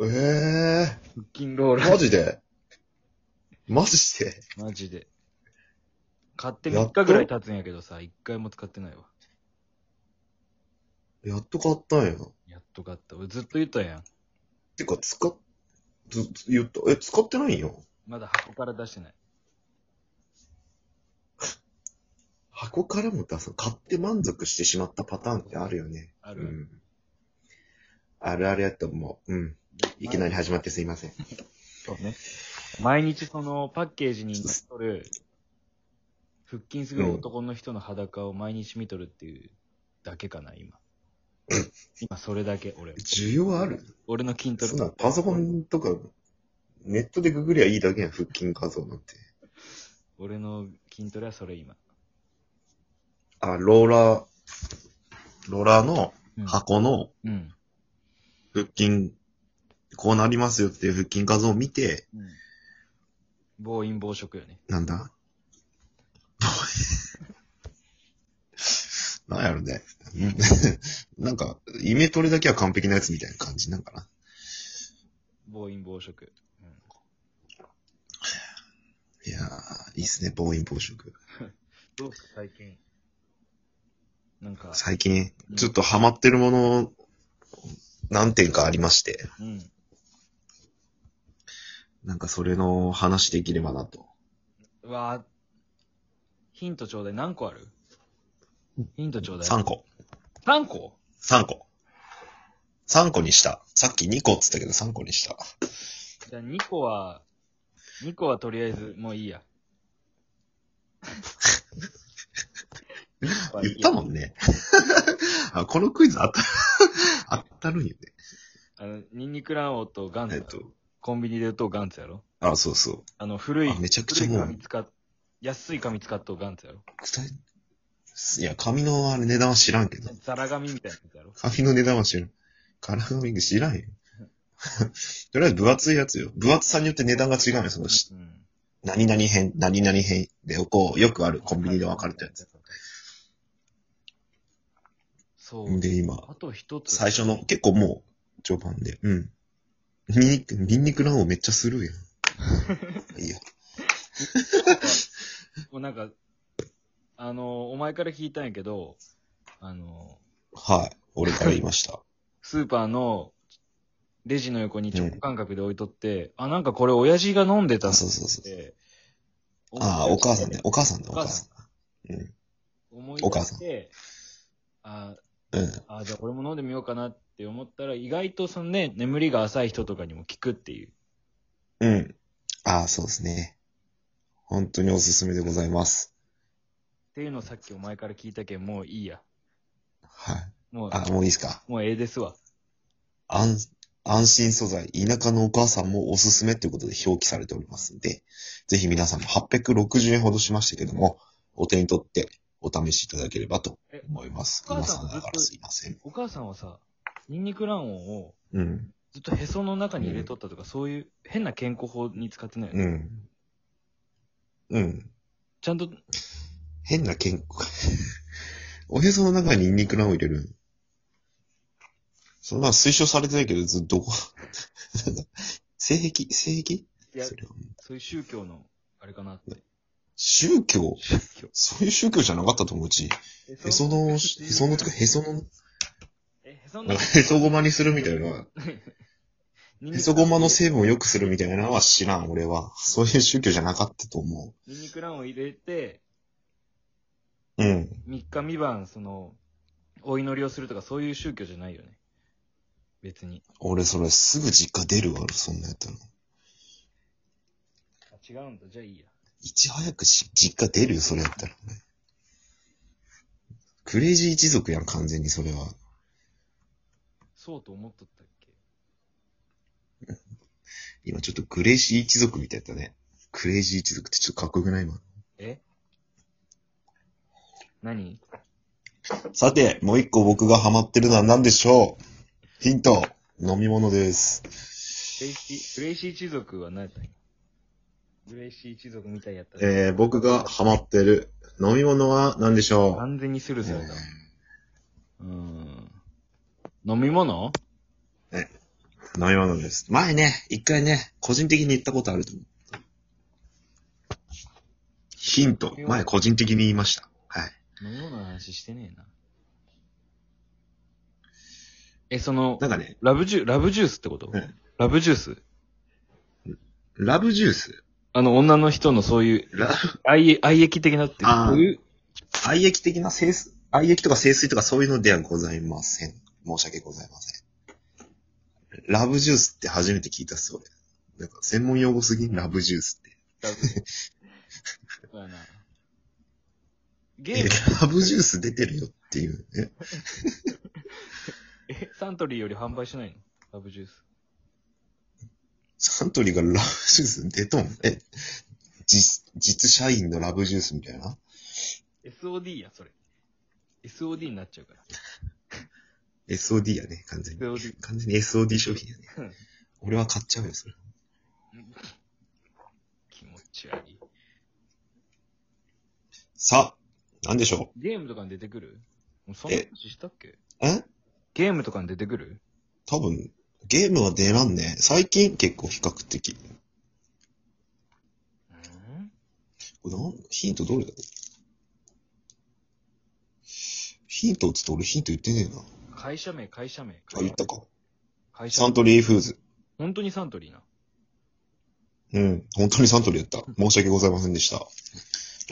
ええ腹筋ローラー、マー。ジでマジでマジで。買ってや3っと日ぐらい経つんやけどさ、1回も使ってないわ。やっと買ったんや。やっと買った。俺ずっと言ったやん。てか、使っ、ず、ず言った、え、使ってないんよ。まだ箱から出してない。箱からも出す。買って満足してしまったパターンってあるよね。あうるん。あある。るあるやと思う。うん。いきなり始まってすいません。そうね。毎日そのパッケージにとる、腹筋すごい男の人の裸を毎日見とるっていうだけかな、今。今それだけ、俺。需要ある俺の筋トレそん。なんパソコンとか、ネットでググりゃいいだけやん、腹筋画像なんて。俺の筋トレはそれ今。あ、ローラー、ローラーのうん箱のうん。腹筋、こうなりますよっていう腹筋画像を見て、うん。暴飲暴食よね。なんだ なんやろね。 うんなんか、イメトレだけは完璧なやつみたいな感じなんかな。暴飲暴食。うん。いやー、いいっすね、暴飲暴食。どうすか、最近。なんか、最近、ちょっとハマってるもの、何点かありまして、うん。なんかそれの話できればなと。うわぁヒントちょうだい。何個あるヒントちょうだい。 3個。 3個3個。3個にした。さっき2個っつったけど3個にした。じゃあ2個は、2個はとりあえずもういい や。言ったんもんね。 あこのクイズ当た、当た るんよね。あの、ニンニク卵黄とガンえっツ、と、コンビニで売っとうガンツやろあ、そうそう。あの、古い、あめちゃくちゃ古いもう紙使っ、安い紙使っとうガンツやろ伝えいや、紙のあれ値段は知らんけど。ザラ紙みたいなやつやろ紙の値段は知らん。カラーリング知らんよ。 とりあえず分厚いやつよ。分厚さによって値段が違うよ。その、しうん。何々編、何々編で、こう、よくあるコンビニで分かれたやつ。。そう。で、今、あと一つ。最初の、結構もう、序盤で。うん。ニンニク、ニンニク卵黄めっちゃするやん。いいよ。もうなんか、あの、お前から聞いたんやけど、あの、はい。俺から言いました。スーパーのレジの横に直感覚で置いとって、あ、なんかこれ親父が飲んでたあ、っそうそうそう。て。ああ、お母さんねで。。お母さんね。おお母母さんさん。うん。思いお母出さんして、あうん。あ、じゃあ俺も飲んでみようかなって思ったら、意外とそのね、眠りが浅い人とかにも効くっていう。うん。ああ、そうですね。本当におすすめでございます。っていうのをさっきお前から聞いたけん、もういいや。はい。もう、あ、もういいですか。もうええですわ。安、安心素材、田舎のお母さんもおすすめということで表記されておりますんで、ぜひ皆さんも860円ほどしましたけども、お手に取ってお試しいただければとえ、思います。お母今さん更ながらすいません。お母さんはさ、ニンニク卵黄をうん。ずっとへその中に入れとったとか、そういう変な健康法に使ってないよね、うん。うん。ちゃんと、変な健 康。おへその中にニンニク卵を入れる。そんなの推奨されてないけど、ずっとこ う、なんか性癖性癖いや、それはそういう宗教の、あれかなって。宗教宗教。そういう宗教じゃなかったと思う、うち。へへその、へそのとか、へその、え、へそなんのか、へそごまにするみたいな、ニンニへクそごまの成分を良くするみたいなのは知らん、俺は。そういう宗教じゃなかったと思ニンニク卵を入れて、う。うん。 3日三晩、その、お祈りをするとか、そういう宗教じゃないよね。別に。俺それすぐ実家出るわ、そんなやったの。あ、違うんだ、じゃあいいや。いち早くし実家出るよ、それやったら、ね。クレイジー一族やん、完全にそれは。そうと思っとったっけ今ちょっとクレイジー一族みたいだったね。クレイジー一族ってちょっとかっこよくない今。え何さて、もう一個僕がハマってるのは何でしょうヒント飲み物です。グレイシー、グレイシー一族は何やったんやグレイシー一族みたいやったら、えー、僕がハマってる飲み物は何でしょう完全にスルスルだ。うーん。飲み飲物み物です。前ね、一回ね、個人的に言ったことあると思う。ヒント、前個人的に言いました。はい。飲み物の話してねえな。え、そのな、んかね、ラブジュ、ラブジュースってこと、うんラブジュースラブジュースあの、女の人のそういう、ラ愛、愛液的なっていうあーそう いう、愛液的な清水、愛液とか清水とかそういうのではございません。申し訳ございません。ラブジュースって初めて聞いたっす、俺。なんか専門用語すぎんラブジュースって。ラブそうやな。ゲーえム、ラブジュース出てるよっていうね。え、サントリーより販売しないのラブジュース。サントリーがラブジュース出とんえ、実、実社員のラブジュースみたいな SOD や、それ。SOD になっちゃうから。 ?SOD やね、完全に。 SOD。完全に SOD 商品やねうん。俺は買っちゃうよ、それ。気持ち悪い。さあ、なんでしょゲームとかに出てくるもうそんな話したっけうえゲームとかに出てくる多分、ゲームは出らんね。最近結構比較的。うんこれなんヒントどれだヒントっつって俺ヒント言ってねえな。あ、会社名、会社名。言ったか。会社サ名ン。トリーフーズ。本当にサントリーな。うん。本当にサントリーやった。申し訳ございませんでした。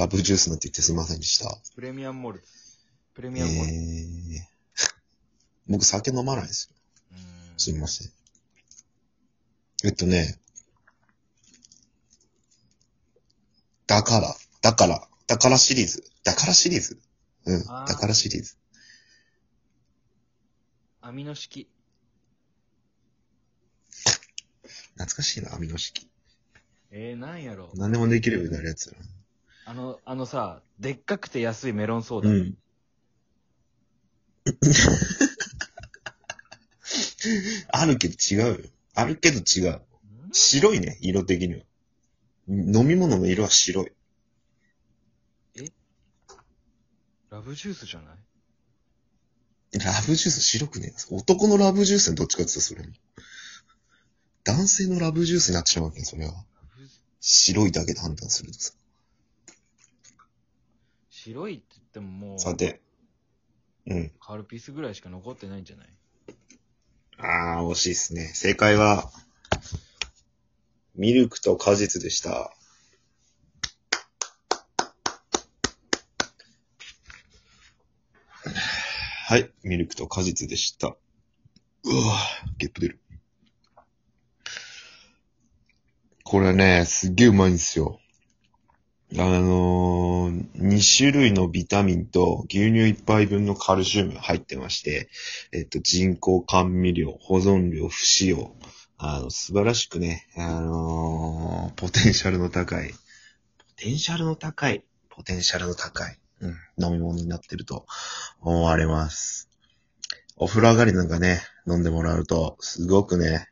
ラブジュースなんて言ってすみませんでした。プレミアムモルツ。プレえミえアムモルツ。ー僕酒飲まないんですよ。うすーんみません。えっとね。だから、だから、だからシリーズ。だからシリーズうん。あーだからシリーズ。アミノ式。懐かしいな、網の式。えー、なんやろ何でもできるようになるやつだな。あの、あのさ、でっかくて安いメロンソーダ。うん。あるけど違うよ。あるけど違う。ん白いね、色的には。飲み物の色は白い。ラブジュースじゃないラブジュース白くねえな。男のラブジュースにどっちかって言ったらそれも。男性のラブジュースになってしまうわけね、それは。ラブジュース白いだけで判断するとさ。白いって言ってももう、さて。うん。カルピスぐらいしか残ってないんじゃないあー、惜しいっすね。正解は、ミルクと果実でした。はい、ミルクと果実でした。うわぁ、ゲップ出る。これね、すっげえうまいんですよ。あのー、2種類のビタミンと牛乳1杯分のカルシウムが入ってまして、えっと、人工甘味料、保存料、不使用。あの、素晴らしくね、あのーポテンシャルの高い。ポテンシャルの高い。ポテンシャルの高い。うん。飲み物になってると思われます。お風呂上がりなんかね、飲んでもらうと、すごくね、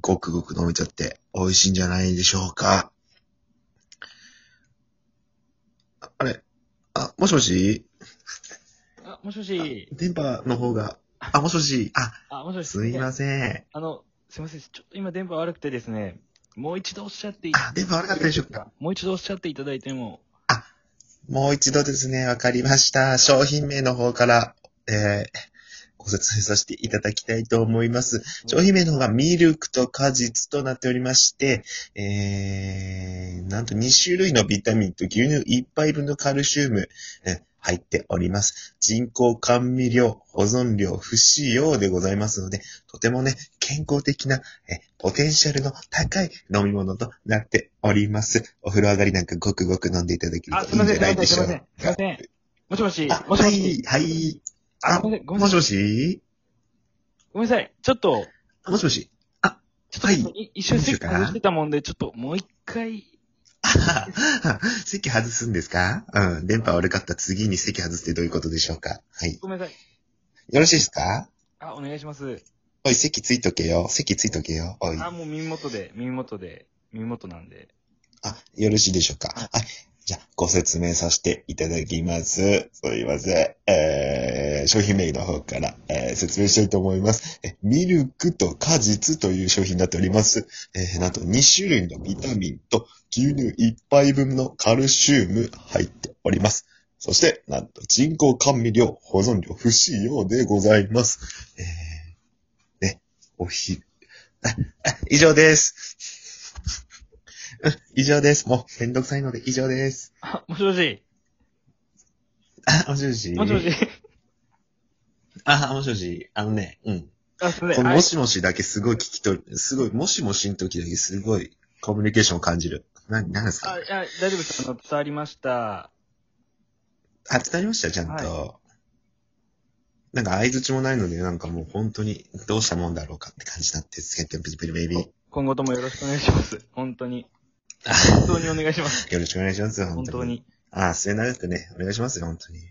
ごくごく飲めちゃって、美味しいんじゃないでしょうか。ああれあ、もしもしあ、もしもし。電波の方が、あ、もしもしあ、あ、もしもし。すいません。あの、すいません。ちょっと今電波悪くてですね、もう一度おっしゃっていあ、電波悪かったでしょうか。もう一度おっしゃっていただいても、もう一度ですね、わかりました。商品名の方から、えー、ご説明させていただきたいと思います。商品名の方がミルクと果実となっておりまして、えー、なんと2種類のビタミンと牛乳1杯分のカルシウム、えー入っております。人工甘味料、保存料、不使用でございますので、とてもね、健康的な、え、ポテンシャルの高い飲み物となっております。お風呂上がりなんかごくごく飲んでいただけるあ、とすいいんいまじせゃん。ないですいしょうまかせん。すいません。もしもしあ、。もしはもいし。、はい。あ、ごめんごめんもしもしごめんなさい。ちょっと、あもしもしちょっと、はいい一瞬席外してたもんで、ちょっともう一回、あはは 席外すんですかうん。電波悪かった次に席外すってどういうことでしょうかはい。ごめんなさい。よろしいですかあ、お願いします。おい、席ついとけよ。席ついとけよ。おい。あ、あ、もう耳元で、耳元で、耳元なんで。よろしいでしょうかはい。じゃあ、ご説明させていただきます。すいません。えー、商品名の方から、えー説明したいと思います。えミルクと果実という商品になっております。えー、なんと2種類のビタミンと牛乳1杯分のカルシウム入っております。そして、なんと人工甘味料、保存料不使用でございます。えー、ね、おひ、ああ以上です。うん以上です。もう、めんどくさいので以上です。あ、もしもしあ、もしもし。もしもし。 あ、もしもし。あのね、うん。あ、すみませこん。のあもしもしだけすごい聞き取る、すごい、もしもしの時だけすごいコミュニケーションを感じる。な、なんですかあ、いや大丈夫です。あの、伝わりました。あ、伝わりました、ちゃんと。なんか相槌もないので、なんかもう本当にどうしたもんだろうかって感じになって、つけて、ピリピリベイビー。今後ともよろしくお願いします。本当に。本当にお願いしま す。よろしくお願いします、本本当当に。に。あ、末永くね、お願いしますよ、本当に。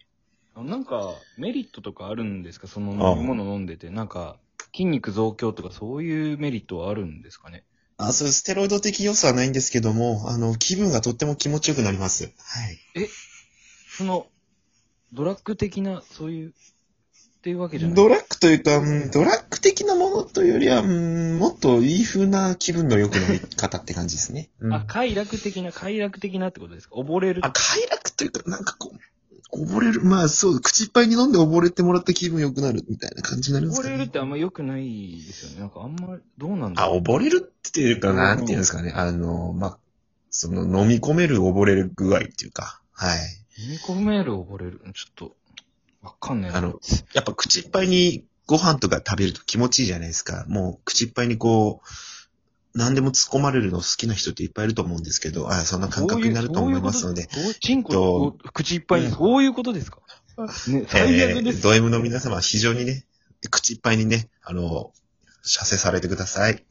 なんか、メリットとかあるんですかその飲み物飲んでて。なんか、筋肉増強とかそういうメリットはあるんですかねあ、そう、ステロイド的要素はないんですけども、あの、気分がとっても気持ちよくなります。はい。その、ドラッグ的な、そういう、っていうわけじゃない。ドラッグというか、うんドラッグ的なものというよりは、うんもっといい風な気分の良くなり方って感じですね。うんあ、快楽的な、快楽的なってことですか溺れるあ、。快楽というか、なんかこう、溺れる。まあそう、口いっぱいに飲んで溺れてもらった気分良くなるみたいな感じになります溺かれるっね。てあんま良くないですよね。なんかあんま、どうなんだあ、ろう。溺れるっていうか、なんていうんですかね。あの、まあ、その、飲み込める溺れる具合っていうか、はい。飲み込める溺れる。ちょっと、わかんないな。あの、やっぱ口いっぱいにご飯とか食べると気持ちいいじゃないですか。もう口いっぱいにこう、何でも突っ込まれるの好きな人っていっぱいいると思うんですけど、あそんな感覚になると思いますので、そういうこと。チンコ、口いっぱいに、そういうことですかね、最悪でえーす。ド M の皆様は非常にね、口いっぱいにね、あの、射精されてください。